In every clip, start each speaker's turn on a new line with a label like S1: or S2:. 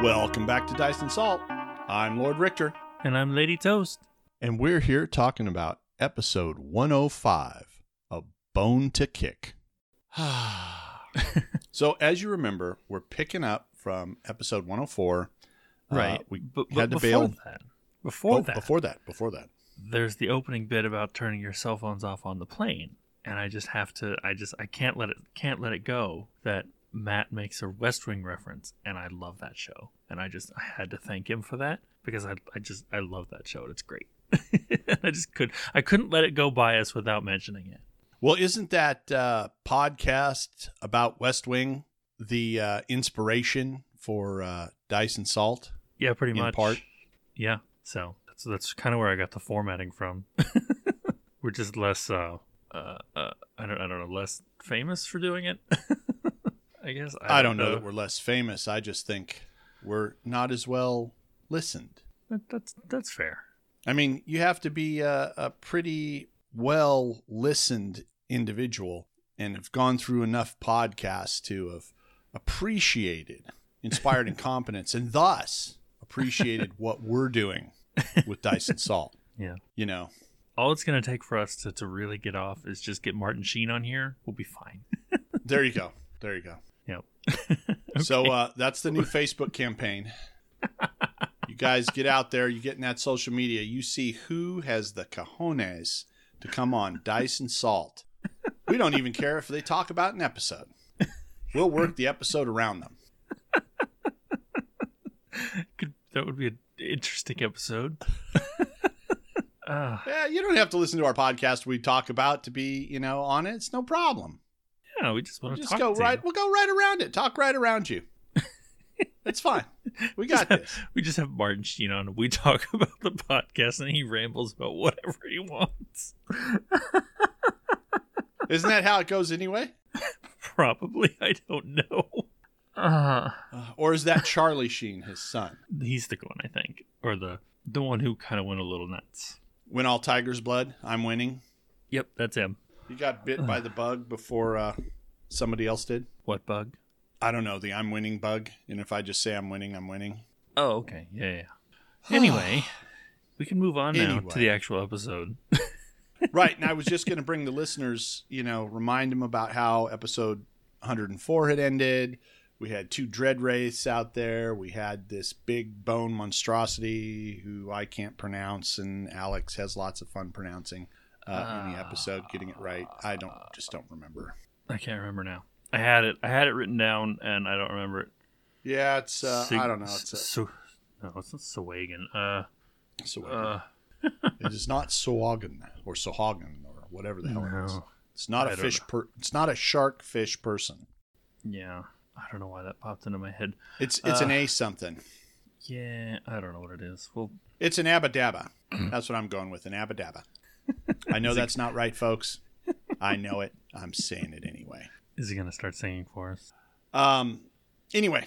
S1: Welcome back to Dice and Salt. I'm Lord Richter,
S2: And I'm Lady Toast.
S1: and we're here talking about episode 105 A Bone to Kick. so, as you remember, we're picking up from episode 104. Uh, we
S2: but, but
S1: had to
S2: before
S1: bail.
S2: that, before
S1: Oh,
S2: that,
S1: Before that. Before that.
S2: there's the opening bit about turning your cell phones off on the plane, and I just have to. I just I can't let it can't let it go that Matt makes a West Wing reference, and I love that show, and I just I had to thank him for that because I I just I love that show. and It's great. I just could I couldn't let it go by us without mentioning it.
S1: Well, isn't that uh, podcast about West Wing the uh, inspiration for uh, Dice and Salt?
S2: Yeah, pretty
S1: In
S2: much.
S1: part.
S2: Yeah. So that's that's kind of where I got the formatting from. We're just less uh, uh, uh I don't I don't know less famous for doing it. I guess
S1: I don't, know that we're less famous. I just think we're not as well listened.
S2: That- that's that's fair.
S1: I mean, you have to be a, a pretty well listened individual and have gone through enough podcasts to have appreciated inspired incompetence and thus appreciated what we're doing with Dice and Salt.
S2: Yeah.
S1: You know,
S2: All it's gonna take for us to, to really get off is just get Martin Sheen on here. We'll be fine.
S1: there you go. There you go.
S2: Yep.
S1: So uh, that's the new Facebook campaign. you guys get out there, you get in that social media, you see who has the cojones to come on Dice and Salt. We don't even care if they talk about an episode. We'll work the episode around them.
S2: Could, that would be an interesting episode. uh,
S1: Yeah, you don't have to listen to our podcast we talk about to be, you know, on it. It's no problem.
S2: yeah, we just want to
S1: Just
S2: talk.
S1: go
S2: to
S1: right
S2: you.
S1: we'll go right around it. Talk right around you. It's fine. We got this.
S2: We just have Martin Sheen on. and We talk about the podcast, and he rambles about whatever he wants.
S1: Isn't that how it goes anyway?
S2: Probably, I don't know. Uh,
S1: Uh, or is that Charlie Sheen, his son?
S2: he's the one I think, or the the one who kind of went a little nuts.
S1: Win all Tiger's blood. I'm winning.
S2: Yep, that's him.
S1: You got bit by the bug before uh, somebody else did.
S2: What bug?
S1: I don't know the I'm winning bug, and if I just say I'm winning, I'm winning.
S2: Oh, okay, yeah. yeah, yeah. Anyway, we can move on now
S1: Anyway.
S2: to the actual episode.
S1: right, and I was just going to bring the listeners, you know, remind them about how episode 104 had ended. We had two dread wraiths out there. We had this big bone monstrosity who I can't pronounce, and Alex has lots of fun pronouncing uh, in the episode, getting it right. I don't just don't remember.
S2: I can't remember now. I had it. I had it written down, and I don't remember it.
S1: Yeah, it's uh,
S2: Sig-
S1: I don't know. It's a,
S2: Su- no, it's not Sawagan. Uh,
S1: it's a way.
S2: uh,
S1: It is not Sawagan or Sahagan or whatever the hell it is.
S2: no.
S1: It's not
S2: I
S1: a
S2: don't
S1: fish. Per- it's not a shark fish person.
S2: Yeah, I don't know why that popped into my head.
S1: It's it's an
S2: Uh.
S1: a something.
S2: Yeah, I don't know what it is. Well,
S1: It's an abadabba. That's what I'm going with. An abadabba. I know that's not right, folks. I know it. I'm saying it anyway.
S2: is he gonna start singing for us?
S1: Um. Anyway,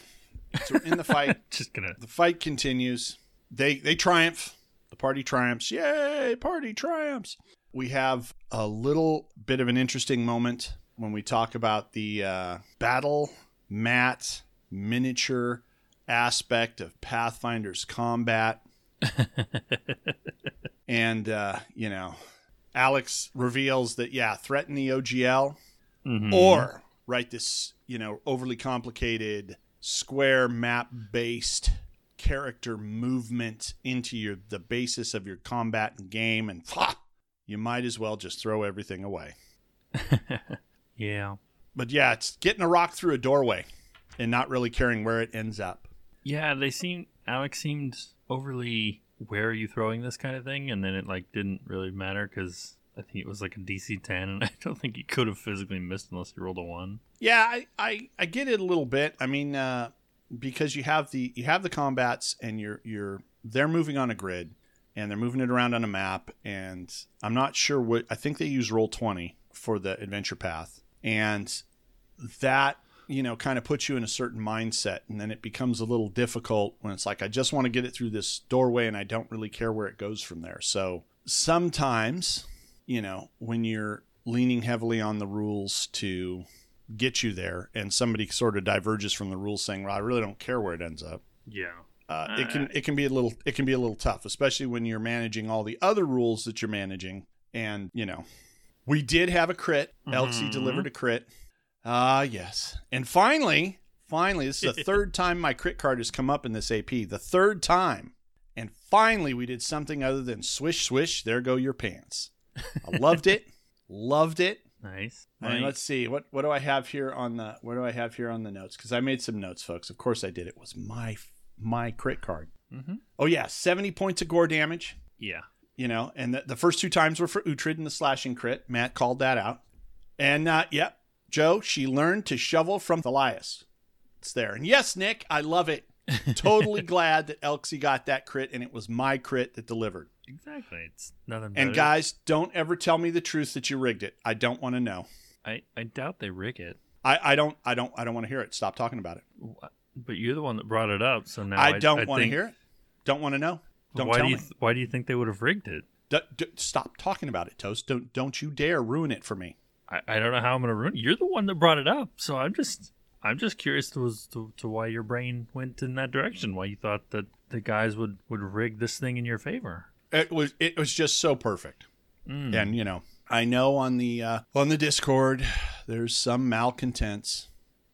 S1: so we're in the fight,
S2: Just gonna.
S1: the fight continues. They they triumph. The party triumphs. Yay! Party triumphs. We have a little bit of an interesting moment when we talk about the uh, battle mat miniature aspect of Pathfinder's combat. and, uh, you know, Alex reveals that, yeah, threaten the OGL
S2: Mhm.
S1: or write this, you know, overly complicated square map based character movement into your the basis of your combat and game and you might as well just throw everything away.
S2: yeah,
S1: But yeah, it's getting a rock through a doorway and not really caring where it ends up.
S2: yeah. They seem Alex seemed overly. Where are you throwing this kind of thing? And then it like didn't really matter because I think it was like a DC ten, and I don't think he could have physically missed unless he rolled a one.
S1: Yeah, I, I, I get it a little bit. I mean, uh, because you have the you have the combats and you're you're they're moving on a grid and they're moving it around on a map and I'm not sure what I think they use roll twenty for the adventure path and that you know kind of puts you in a certain mindset and then it becomes a little difficult when it's like I just want to get it through this doorway and I don't really care where it goes from there. So sometimes you know when you're leaning heavily on the rules to get you there and somebody sort of diverges from the rules saying well i really don't care where it ends up
S2: Yeah.
S1: Uh, it can it can be a little it can be a little tough, especially when you're managing all the other rules that you're managing. And you know, we did have a crit. Elsie
S2: Mhm.
S1: delivered a crit. Ah, yes. And finally, finally, this is the third time my crit card has come up in this AP. The third time, and finally, we did something other than swish swish. There go your pants. I loved it. Loved it.
S2: Nice.
S1: I mean,
S2: Nice.
S1: let's see what what do I have here on the what do I have here on the notes because I made some notes, folks. Of course, I did. It was my my crit card.
S2: Mhm.
S1: Oh yeah, seventy points of gore damage.
S2: Yeah.
S1: You know, and the, the first two times were for Uhtred and the slashing crit. Matt called that out, and uh, yep, Joe she learned to shovel from Thelias. It's there, and yes, Nick, I love it. totally glad that Elxie got that crit, and it was my crit that delivered.
S2: Exactly. It's nothing.
S1: And
S2: better.
S1: guys, don't ever tell me the truth that you rigged it. I don't want to know.
S2: I I doubt they rig it.
S1: I, I don't I don't I don't want to hear it. Stop talking about it.
S2: Wha- But you're the one that brought it up, so now
S1: I, don't want to
S2: think-
S1: hear it. Don't want to know. Don't
S2: why
S1: tell
S2: do you
S1: me.
S2: th- Why do you think they would have rigged it?
S1: D- d- stop talking about it, Toast. Don't don't you dare ruin it for me.
S2: I, I don't know how I'm gonna ruin. You're the one that brought it up, so I'm just I'm just curious to to, to why your brain went in that direction. Why you thought that the guys would would rig this thing in your favor?
S1: It was it was just so perfect.
S2: Mm.
S1: And you know, I know on the uh, on the Discord, there's some malcontents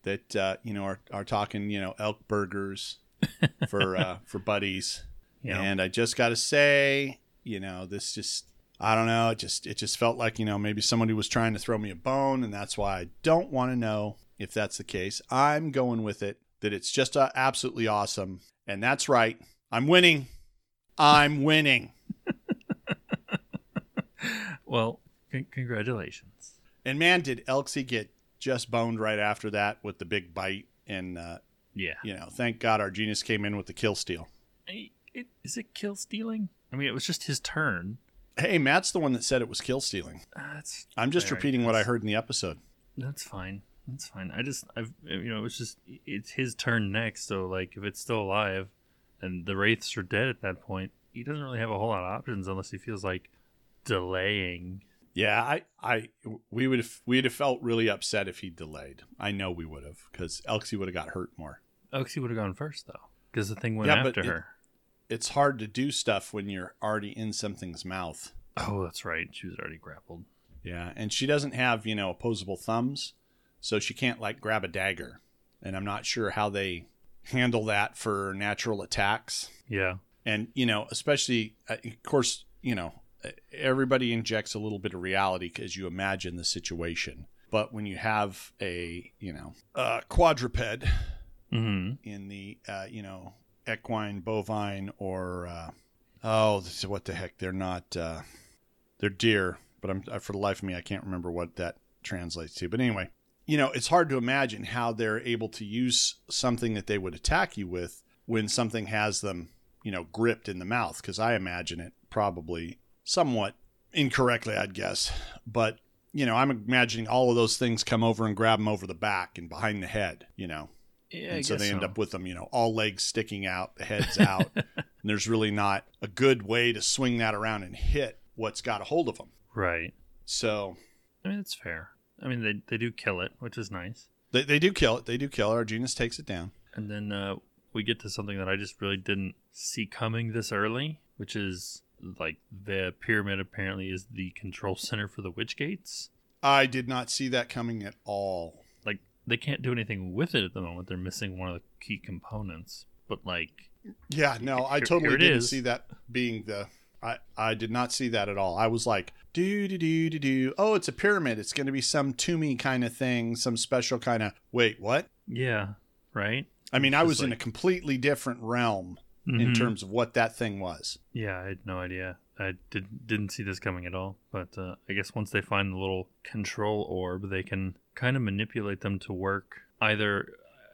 S1: that uh, you know are, are talking you know elk burgers for uh, for buddies.
S2: You know,
S1: And I just got to say, you know, this just I don't know, it just it just felt like, you know, maybe somebody was trying to throw me a bone and that's why I don't want to know if that's the case. I'm going with it that it's just uh, absolutely awesome. And that's right. I'm winning. I'm winning.
S2: well, c- congratulations.
S1: And man, did Elxie get just boned right after that with the big bite and uh,
S2: Yeah.
S1: you know, thank God our genius came in with the kill steal.
S2: I- it- Is it kill stealing? I mean, it was just his turn.
S1: Hey, Matt's the one that said it was kill stealing.
S2: Uh, That's
S1: I'm just
S2: Very
S1: repeating what I
S2: nice.
S1: heard in the episode.
S2: that's fine. That's fine. I just I've you know it's just it's his turn next. So like if it's still alive, and the wraiths are dead at that point, he doesn't really have a whole lot of options unless he feels like delaying
S1: Yeah, I, I, we would have, we'd have felt really upset if he delayed. I know we would have, because Elxie would have got hurt more.
S2: Oxy would have gone first though, because the thing went
S1: Yeah, but
S2: after
S1: it-
S2: her.
S1: It's hard to do stuff when you're already in something's mouth.
S2: Oh, that's right. She was already grappled.
S1: Yeah, and she doesn't have, you know, opposable thumbs, so she can't like grab a dagger. And I'm not sure how they handle that for natural attacks.
S2: Yeah.
S1: and you know especially uh, of course you know everybody injects a little bit of reality because you imagine the situation but when you have a you know a quadruped
S2: Mm-hmm.
S1: in the uh, you know equine bovine or uh, oh this is- what the heck they're not uh, they're deer but i'm I- for the life of me i can't remember what that translates to but anyway you know it's hard to imagine how they're able to use something that they would attack you with when something has them you know gripped in the mouth because i imagine it probably somewhat incorrectly i'd guess but you know i'm imagining all of those things come over and grab them over the back and behind the head you know
S2: Yeah. I
S1: and so they
S2: guess
S1: end
S2: so.
S1: up with them, you know, all legs sticking out, the heads out. and there's really not a good way to swing that around and hit what's got a hold of them.
S2: right.
S1: So
S2: I mean, it's fair. I mean, they they do kill it, which is nice.
S1: they, they do kill it. They do kill it. Our genus takes it down.
S2: And then uh, we get to something that I just really didn't see coming this early, which is like the pyramid apparently is the control center for the witch gates.
S1: I did not see that coming at all.
S2: Like they can't do anything with it at the moment. They're missing one of the key components. But like
S1: Yeah, no, I
S2: Here-
S1: totally
S2: here it
S1: didn't
S2: is.
S1: see that being the. I, I did not see that at all. I was like, do, do, do, do, do. Oh, it's a pyramid. It's going to be some Toomey kind of thing, some special kind of. Wait, what?
S2: yeah, right.
S1: I mean,
S2: It's
S1: I
S2: just
S1: was in a
S2: like-
S1: completely different realm in
S2: Mhm.
S1: terms of what that thing was.
S2: Yeah, I had no idea. I did, didn't see this coming at all. But uh, I guess once they find the little control orb, they can kind of manipulate them to work either.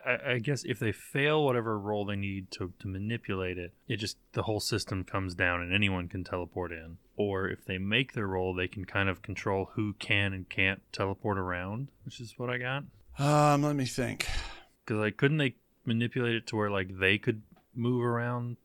S2: I, I guess if they fail whatever role they need to, to manipulate it, it just the whole system comes down and anyone can teleport in. Or if they make their role, they can kind of control who can and can't teleport around, which is what I got.
S1: Um, let me think.
S2: Because like, couldn't they manipulate it to where like they could move around,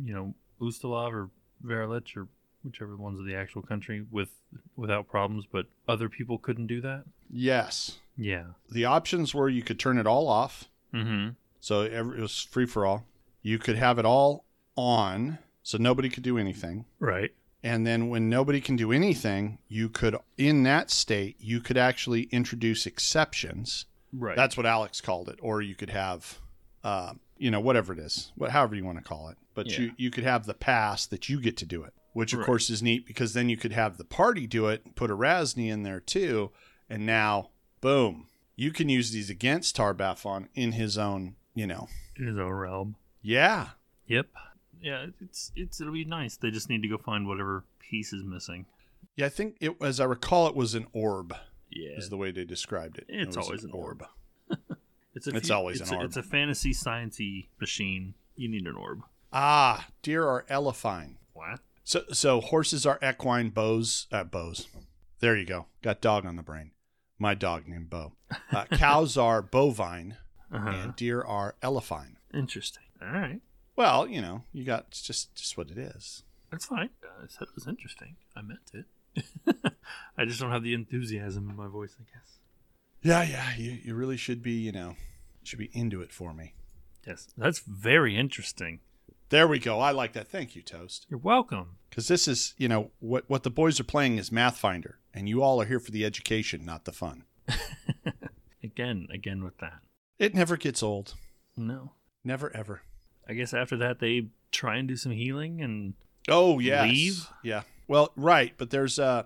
S2: you know, Ustalav or Verilich or whichever one's of the actual country with without problems, but other people couldn't do that?
S1: Yes,
S2: Yeah.
S1: the options were you could turn it all off,
S2: Mm-hmm.
S1: so every, it was free for all. You could have it all on, so nobody could do anything.
S2: Right.
S1: And then when nobody can do anything, you could, in that state, you could actually introduce exceptions.
S2: Right.
S1: That's what Alex called it. Or you could have, uh, you know, whatever it is, what, however you want to call it. But you,
S2: Yeah.
S1: you could have the pass that you get to do it, which of
S2: Right.
S1: course is neat because then you could have the party do it, put a Razni in there too. And now, boom, you can use these against Tarbafon in his own, you know,
S2: in his own realm.
S1: yeah.
S2: Yep. Yeah, it's it's it'll be nice. They just need to go find whatever piece is missing.
S1: Yeah, I think it, as I recall, it was an orb,
S2: Yeah.
S1: is the way they described it.
S2: It's
S1: It was
S2: always an orb. It's,
S1: It's always
S2: it's
S1: an
S2: a,
S1: orb.
S2: It's a fantasy sciency machine. You need an orb.
S1: Ah, deer are elefine.
S2: What?
S1: So, so horses are equine. Bows, uh, bows. There you go. Got dog on the brain. My dog named Bo. Uh, cows are bovine,
S2: Uh-huh.
S1: and deer are elefine.
S2: Interesting. All right.
S1: Well, you know, you got it's just just what it is.
S2: That's fine. Uh, I said it was interesting. I meant it. I just don't have the enthusiasm in my voice, I guess.
S1: Yeah, yeah. You you really should be you know should be into it for me.
S2: Yes. That's very interesting.
S1: There we go. I like that. Thank you, Toast.
S2: You're welcome.
S1: because this is you know what what the boys are playing is math finder and you all are here for the education not the fun
S2: Again, again with that.
S1: it never gets old
S2: No.
S1: never ever
S2: I guess after that they try and do some healing and
S1: oh yes
S2: Leave?
S1: yeah well right but there's uh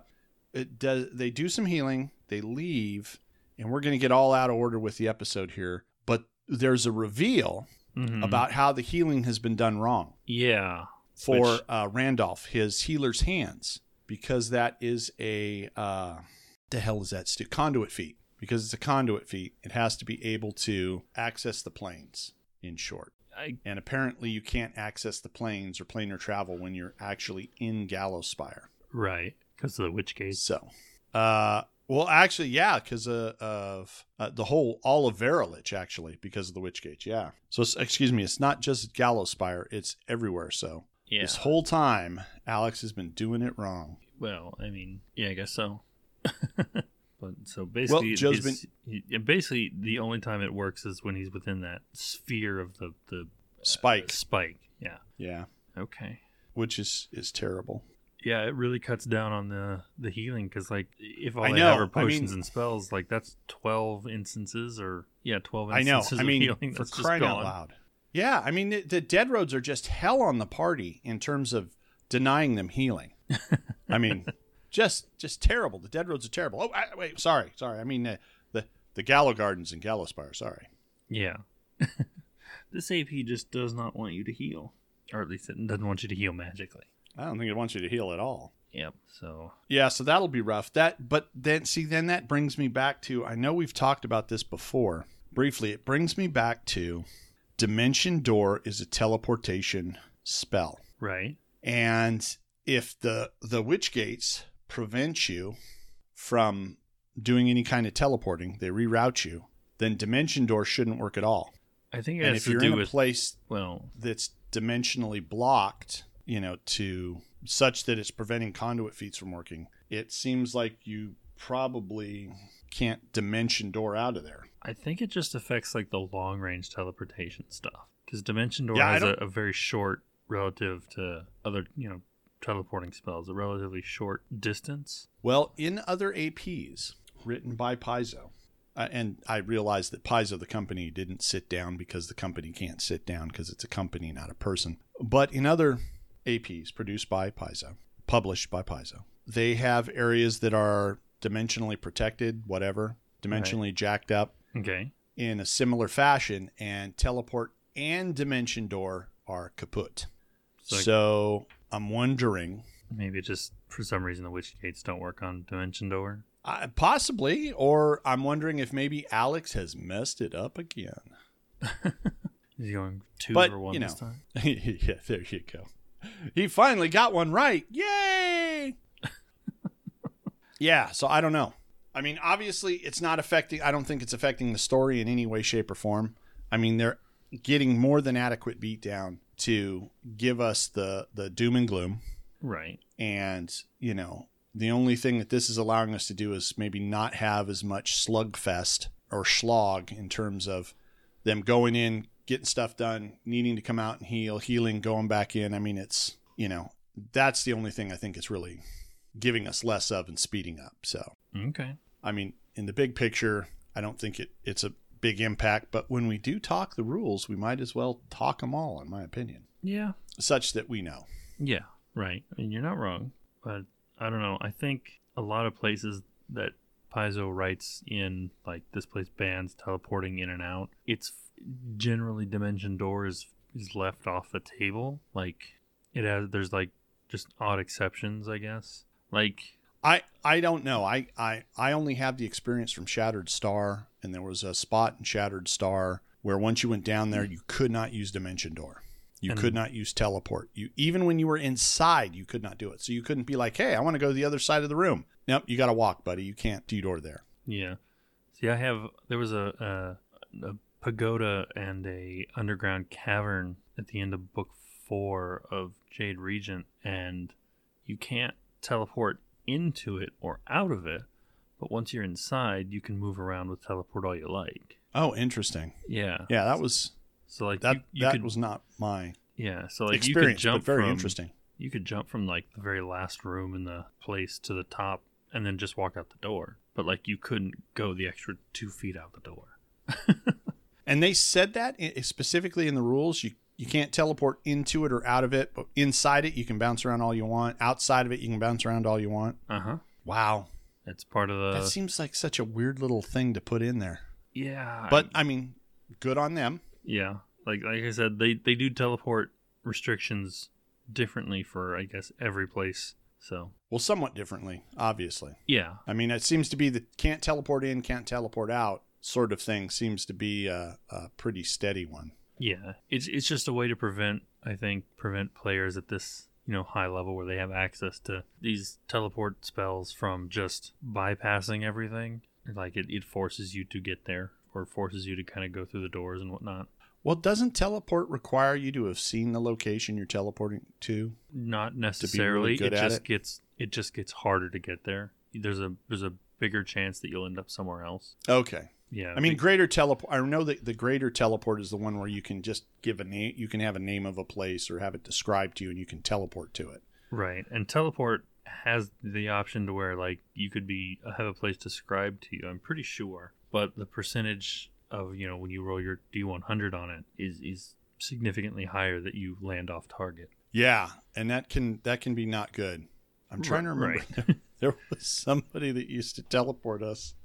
S1: it does they do some healing they leave and we're gonna get all out of order with the episode here but there's a reveal
S2: Mhm.
S1: about how the healing has been done wrong
S2: Yeah.
S1: for
S2: Which-
S1: uh, Randolph, his healer's hands, because that is a uh, the hell is that stu- conduit feat? Because it's a conduit feat, it has to be able to access the planes. In short,
S2: I
S1: and apparently you can't access the planes or planar travel when you're actually in Gallowspire.
S2: right because of the witch case.
S1: So, uh, well, actually, yeah, because uh, of uh, the whole Olivera Lich, actually, because of the Witchgate. Yeah. So, it's, excuse me, it's not just Gallowspire; it's everywhere. So,
S2: Yeah.
S1: this whole time, Alex has been doing it wrong.
S2: Well, I mean, yeah, I guess so. but so basically,
S1: Joe's
S2: it's- he- yeah, basically the only time it works is when he's within that sphere of the the
S1: Spike.
S2: spike. Yeah.
S1: Yeah.
S2: Okay.
S1: Which is is terrible.
S2: Yeah, it really cuts down on the the healing because like if all
S1: I
S2: they have
S1: know,
S2: are
S1: I mean-
S2: potions and spells, like that's twelve instances or yeah, twelve
S1: I know.
S2: instances
S1: I
S2: of
S1: mean,
S2: healing
S1: for
S2: that's just
S1: crying out
S2: gone.
S1: loud. Yeah. I mean, the, the dead roads are just hell on the party in terms of denying them healing. I mean, just just terrible. The dead roads are terrible. Oh, I, wait. Sorry. Sorry. I mean, uh, the the Gallow Gardens and Gallowspire. Sorry.
S2: Yeah. this AP just does not want you to heal, or at least it doesn't want you to heal magically.
S1: I don't think it wants you to heal at all.
S2: Yep. So
S1: Yeah, so that'll be rough. That but then see then that brings me back to I know we've talked about this before briefly. It brings me back to Dimension Door is a teleportation spell.
S2: right.
S1: And if the the witch gates prevent you from doing any kind of teleporting, they reroute you, then Dimension Door shouldn't work at all.
S2: I think it
S1: and
S2: has
S1: if
S2: to
S1: you're
S2: do
S1: in a
S2: with
S1: place
S2: well,
S1: that's dimensionally blocked, you know, to such that it's preventing conduit feeds from working, it seems like you probably can't dimension door out of there.
S2: I think it just affects like the long range teleportation stuff because Dimension Door
S1: Yeah, I
S2: has a,
S1: don't-
S2: a very short relative to other you know teleporting spells, a relatively short distance.
S1: Well, in other APs written by Paizo, uh, and I realized that Paizo, the company, didn't sit down because the company can't sit down because it's a company, not a person. But in other APs produced by Paizo, published by Paizo, they have areas that are dimensionally protected, whatever, dimensionally jacked up
S2: Okay.
S1: in a similar fashion, and teleport and dimension door are kaput.
S2: So, like,
S1: so I'm wondering
S2: maybe it just for some reason the witch gates don't work on Dimension Door.
S1: I, Uh, possibly, or I'm wondering if maybe Alex has messed it up again.
S2: Is he going two
S1: But,
S2: or one
S1: you
S2: this
S1: know.
S2: time?
S1: yeah, there you go. He finally got one right. Yay! yeah, so I don't know. I mean, obviously, it's not affecting, I don't think it's affecting the story in any way, shape, or form. I mean, they're getting more than adequate beatdown to give us the, the doom and gloom.
S2: Right.
S1: and you know the only thing that this is allowing us to do is maybe not have as much slugfest or slog in terms of them going in getting stuff done, needing to come out and heal, healing, going back in. I mean, it's, you know, that's the only thing I think is really giving us less of and speeding up. So,
S2: Okay.
S1: I mean, in the big picture, I don't think it, it's a big impact, but when we do talk the rules, we might as well talk them all, in my opinion,
S2: Yeah.
S1: such that we know.
S2: Yeah. Right. I mean, you're not wrong, but I don't know. I think a lot of places that Paizo writes in, like this place bans teleporting in and out. It's generally Dimension Door is is left off the table. Like it has. There's like just odd exceptions, I guess. Like
S1: I I don't know. I I I only have the experience from Shattered Star, and there was a spot in Shattered Star where once you went down there, you could not use Dimension Door. You
S2: And-
S1: could not use teleport. You even when you were inside, you could not do it. So you couldn't be like, "Hey, I want to go to the other side of the room." Nope, you got to walk, buddy. You can't do door there.
S2: Yeah. See, I have there was a, a a pagoda and a underground cavern at the end of book four of Jade Regent, and you can't teleport into it or out of it. But once you're inside, you can move around with teleport all you like.
S1: Oh, interesting.
S2: Yeah.
S1: Yeah, that was
S2: So like
S1: that
S2: you, you
S1: that
S2: could
S1: was not my
S2: yeah. So like you could
S1: experience,
S2: jump
S1: but very
S2: from,
S1: interesting.
S2: You could jump from like the very last room in the place to the top, and then just walk out the door. But like you couldn't go the extra two feet out the door.
S1: And they said that i- specifically in the rules. You you can't teleport into it or out of it, but inside it you can bounce around all you want. Outside of it you can bounce around all you want.
S2: Uh huh.
S1: Wow,
S2: It's part of the
S1: that seems like such a weird little thing to put in there.
S2: yeah.
S1: But I mean, good on them.
S2: yeah, like like I said, they they do teleport restrictions differently for I guess every place. So
S1: Well, somewhat differently, obviously.
S2: yeah,
S1: I mean, it seems to be the can't teleport in, can't teleport out sort of thing seems to be a, a pretty steady one.
S2: yeah. It's it's just a way to prevent I think prevent players at this you know high level where they have access to these teleport spells from just bypassing everything. Like it, it forces you to get there or forces you to kind of go through the doors and whatnot.
S1: Well, doesn't teleport require you to have seen the location you're teleporting to?
S2: Not necessarily.
S1: good
S2: it
S1: at
S2: just
S1: it?
S2: gets it just gets harder to get there. There's a there's a bigger chance that you'll end up somewhere else.
S1: Okay.
S2: Yeah.
S1: I mean, greater teleport. I know that the greater teleport is the one where you can just give a name. You can have a name of a place or have it described to you, and you can teleport to it.
S2: right. And teleport has the option to where like you could be uh, have a place described to you. I'm pretty sure, but the percentage of you know when you roll your d100 on it is is significantly higher that you land off target.
S1: Yeah, and that can that can be not good. I'm trying to
S2: Ri-
S1: remember.
S2: Right.
S1: There was somebody that used to teleport us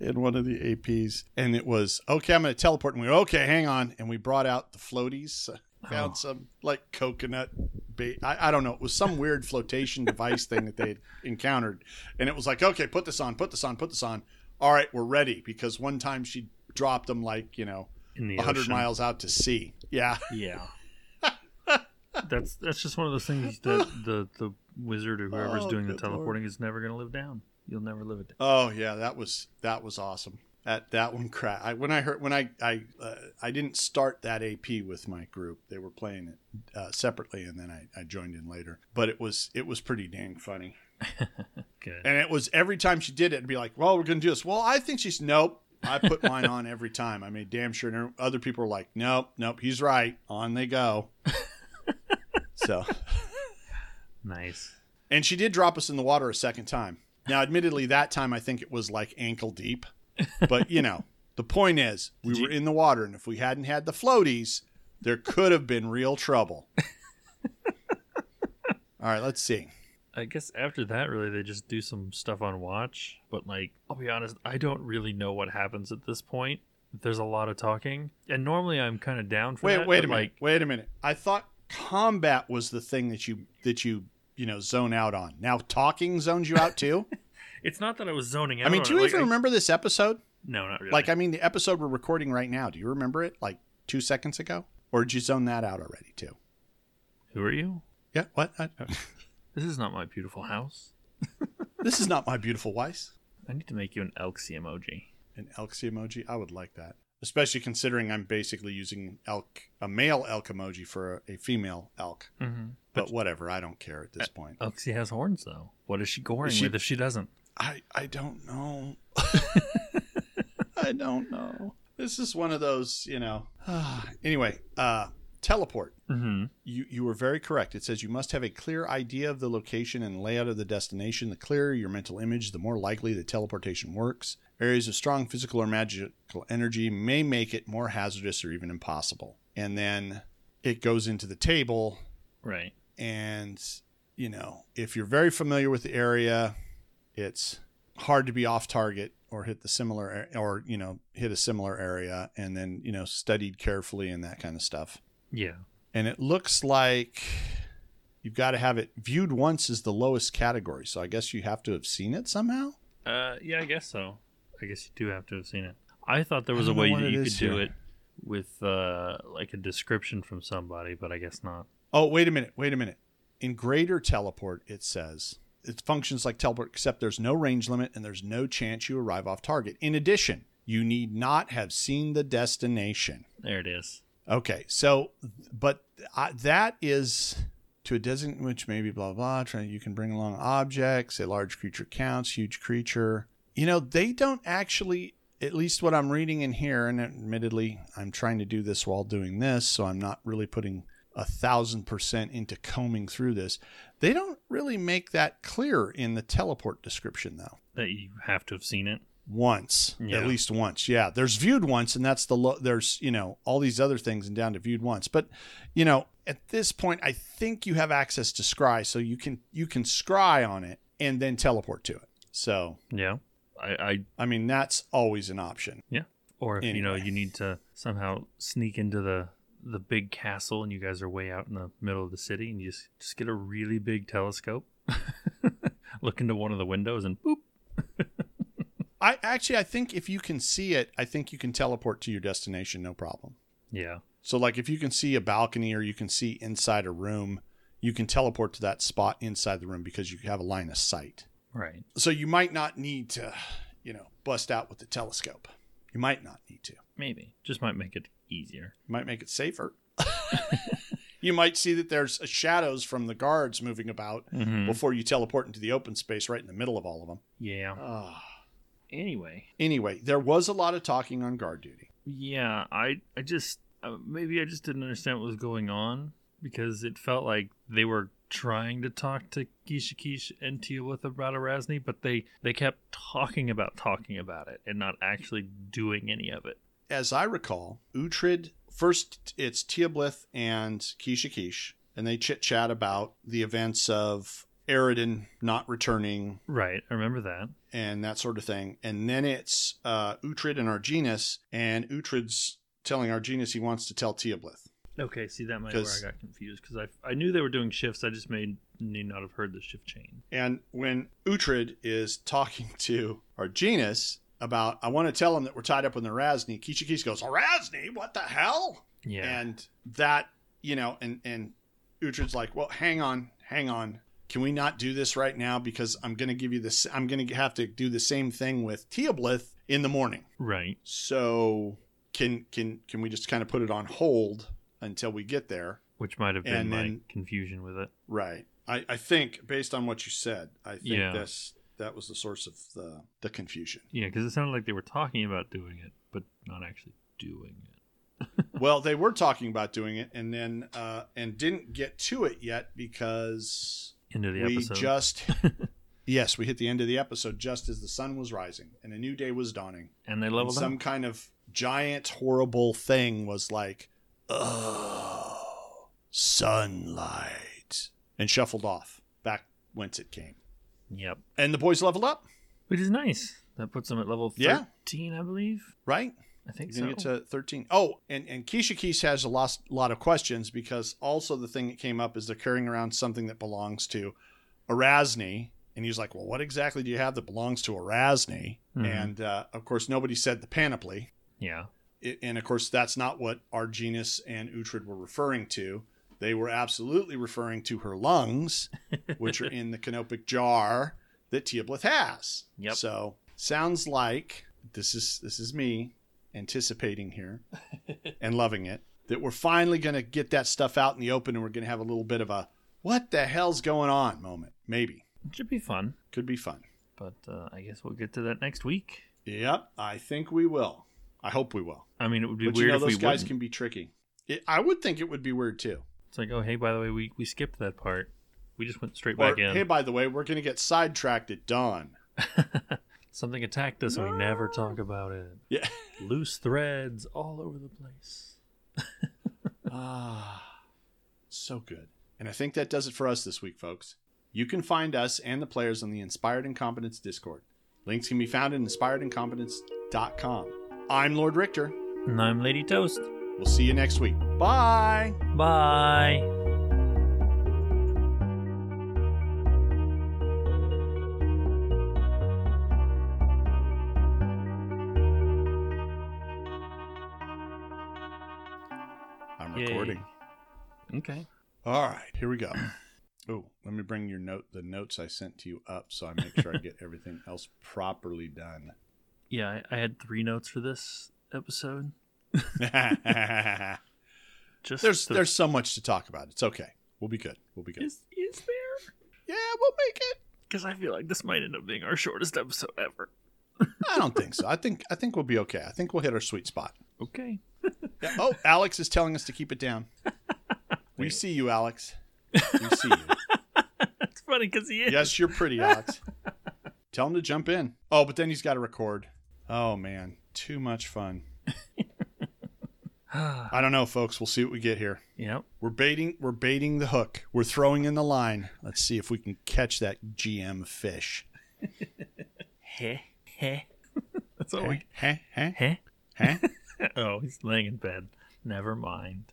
S1: in one of the APs, and it was okay. I'm going to teleport, and we were, okay. Hang on, and we brought out the floaties. uh, Found
S2: Oh.
S1: some like coconut bait. I, I don't know. It was some weird flotation device thing that they'd encountered, and it was like, okay, put this on, put this on, put this on. All right, we're ready because one time she dropped them like you know
S2: In the
S1: 100
S2: ocean.
S1: miles out to sea. Yeah,
S2: Yeah. that's that's just one of those things that the the wizard or whoever's
S1: Oh,
S2: doing the
S1: good lord.
S2: teleporting is never going to live down. You'll never live it down.
S1: Oh yeah, that was that was awesome. That that one cra I, when I heard when I I uh, I didn't start that AP with my group. They were playing it uh, separately, and then I, I joined in later. But it was it was pretty dang funny.
S2: Okay.
S1: And it was every time she did it, it'd be like, "Well, we're gonna do this." Well, I think she's nope. I put mine on every time. I made damn sure. And other people were like, "Nope, nope, he's right." On they go. so.
S2: Nice.
S1: And she did drop us in the water a second time. Now, admittedly, that time I think it was like ankle deep. But, you know, the point is we
S2: Did you-
S1: were in the water, and if we hadn't had the floaties, there could have been real trouble. All right, let's see.
S2: I guess after that, really, they just do some stuff on watch. But like, I'll be honest, I don't really know what happens at this point. There's a lot of talking, and normally I'm kind of down for
S1: Wait,
S2: that.
S1: wait
S2: but,
S1: a minute.
S2: Like,
S1: wait a minute. I thought combat was the thing that you that you you know zone out on. Now talking zones you out too.
S2: it's not that I was zoning out.
S1: I mean,
S2: on
S1: do you
S2: it, like,
S1: even
S2: I-
S1: remember this episode?
S2: No, not really.
S1: Like, I mean, the episode we're recording right now. Do you remember it? Like two seconds ago, or did you zone that out already too?
S2: who are you?
S1: Yeah, what? I,
S2: This is not my beautiful house.
S1: this is not my beautiful wife.
S2: I need to make you an Elxie emoji.
S1: An elk emoji. I would like that, especially considering I'm basically using elk, a male elk emoji for a, a female elk.
S2: Mm-hmm.
S1: But whatever, I don't care at this point.
S2: Elxie has horns, though. What is she goring
S1: Is she-
S2: with if she doesn't?
S1: I I don't know. I don't know. This is one of those, you know. anyway, uh, teleport.
S2: Mm-hmm.
S1: You you were very correct. It says you must have a clear idea of the location and layout of the destination. The clearer your mental image, the more likely the teleportation works. Areas of strong physical or magical energy may make it more hazardous or even impossible. And then it goes into the table
S2: Right.
S1: and you know if you're very familiar with the area it's hard to be off target or hit the similar ar- or you know hit a similar area and then you know studied carefully and that kind of stuff
S2: Yeah.
S1: and it looks like you've got to have it viewed once is the lowest category so i guess you have to have seen it somehow
S2: Uh, yeah, I guess so. I guess you do have to have seen it. I thought there was
S1: I
S2: a
S1: don't know
S2: way
S1: what
S2: that
S1: it
S2: you could
S1: is
S2: do
S1: here.
S2: it with uh, like a description from somebody, but I guess not.
S1: Oh, wait a minute. Wait a minute. In greater teleport, it says it functions like teleport, except there's no range limit and there's no chance you arrive off target. In addition, you need not have seen the destination.
S2: There it is.
S1: Okay. So, but I, that is to a designate, which maybe blah, blah, trying, you can bring along objects, a large creature counts, huge creature. You know, they don't actually, at least what I'm reading in here, and admittedly, I'm trying to do this while doing this, so I'm not really putting a thousand percent into combing through this. They don't really make that clear in the teleport description, though
S2: That you have to have seen it.
S1: once
S2: Yeah.
S1: at least once yeah there's viewed once and that's the lo- there's you know all these other things and down to viewed once but you know at this point i think you have access to scry so you can you can scry on it and then teleport to it so
S2: Yeah. I, I
S1: i mean that's always an option
S2: or if you know
S1: Anyway.
S2: you need to somehow sneak into the the big castle and you guys are way out in the middle of the city and you just, just get a really big telescope look into one of the windows and boop
S1: i actually i think if you can see it i think you can teleport to your destination no problem
S2: yeah
S1: so like if you can see a balcony or you can see inside a room you can teleport to that spot inside the room because you have a line of sight
S2: right
S1: so you might not need to you know bust out with the telescope you might not need to you
S2: maybe just might make it easier
S1: might make it safer you might see that there's uh, shadows from the guards moving about
S2: Hmm.
S1: before you teleport into the open space right in the middle of all of them
S2: yeah anyway
S1: anyway there was a lot of talking on guard duty
S2: yeah i i just uh, maybe i just didn't understand what was going on because it felt like they were trying to talk to Kishikish and Tiawatha about Erasni, but they they kept talking about talking about it and not actually doing any of it
S1: as i recall utrid first it's Tiablith and kishikish and they chit chat about the events of Eridan not returning
S2: Right, I remember that.
S1: and that sort of thing. And then it's uh, Uhtred and Arginus, and Uhtred's telling Arginus he wants to tell Teoblith.
S2: Okay, see that might
S1: 'Cause-
S2: where I got confused because I, I knew they were doing shifts. I just may may not have heard the shift chain.
S1: And when Uhtred is talking to Arginus about, I want to tell him that we're tied up with Erasni, Kichikis goes, Erasni, what the hell?
S2: Yeah,
S1: And that, you know, and, and Uhtred's like, well, hang on, hang on. Can we not do this right now? Because I'm going to give you this, I'm going to have to do the same thing with Teoblith in the morning.
S2: right.
S1: So can can can we just kind of put it on hold until we get there?
S2: Which might have been
S1: And
S2: my
S1: then-
S2: confusion with it.
S1: Right. I, I think based on what you said, I think
S2: Yeah.
S1: that's that was the source of the the confusion.
S2: Yeah, because it sounded like they were talking about doing it, but not actually doing it.
S1: well, they were talking about doing it and then uh and didn't get to it yet because
S2: Into the
S1: we
S2: episode.
S1: just Yes, we hit the end of the episode just as the sun was rising and a new day was dawning.
S2: and they
S1: And
S2: leveled
S1: some
S2: up.
S1: kind of giant horrible thing was like oh sunlight and shuffled off back whence it came
S2: Yep,
S1: and the boys leveled up
S2: which is nice. That puts them at level
S1: Yeah.
S2: thirteen, I believe.
S1: right
S2: I think
S1: you're gonna
S2: so.
S1: get to 13 oh and and keisha keys has a lot, lot of questions because also the thing that came up is they're carrying around something that belongs to erasni and he's like well what exactly do you have that belongs to erasni
S2: Mhm.
S1: and uh, of course nobody said the panoply
S2: yeah,
S1: it, and of course that's not what Arginus and Uhtred were referring to. They were absolutely referring to her lungs, which are in the canopic jar that Teoblith has.
S2: Yep.
S1: So sounds like this is this is me anticipating here and loving it that we're finally going to get that stuff out in the open and we're going to have a little bit of a what the hell's going on moment. Maybe
S2: it should be fun.
S1: could be fun.
S2: But uh, I guess we'll get to that next week.
S1: Yep, I think we will. I hope we will.
S2: I mean, it would be
S1: But you
S2: weird
S1: know,
S2: if we
S1: those guys
S2: wouldn't.
S1: can be tricky. It, I would think it would be weird too.
S2: It's like, oh hey, by the way, we we skipped that part. We just went straight
S1: Or,
S2: back in.
S1: hey, by the way, we're going to get sidetracked at dawn.
S2: Something attacked us, and we never talk about it.
S1: Yeah.
S2: Loose threads all over the place.
S1: Ah, so good. And I think that does it for us this week, folks. You can find us and the players on the Inspired Incompetence Discord. Links can be found at inspiredincompetence.com. I'm Lord Richter.
S2: And I'm Lady Toast.
S1: We'll see you next week. Bye.
S2: Bye.
S1: I'm
S2: Yay.
S1: recording.
S2: Okay.
S1: All right, here we go. Oh, let me bring your note, the notes I sent to you up, so I make sure I get everything else properly done.
S2: Yeah, I, I had three notes for this episode. Just
S1: there's
S2: the-
S1: there's so much to talk about. It's okay. We'll be good. We'll be good.
S2: is is there?
S1: Yeah, we'll make it.
S2: Because I feel like this might end up being our shortest episode ever.
S1: I don't think so. I think I think we'll be okay. I think we'll hit our sweet spot.
S2: Okay.
S1: Yeah. Oh, Alex is telling us to keep it down. We see you, Alex. We see you.
S2: That's funny because he is.
S1: Yes, you're pretty, Alex. Tell him to jump in. Oh, but then he's got to record. Oh man, too much fun. I don't know, folks. We'll see what we get here.
S2: yep.
S1: We're baiting. We're baiting the hook. We're throwing in the line. Let's see if we can catch that GM fish.
S2: Heh. Heh. That's all
S1: Heh, heh, heh,
S2: we. Heh.
S1: heh.
S2: Oh, he's laying in bed. Never mind.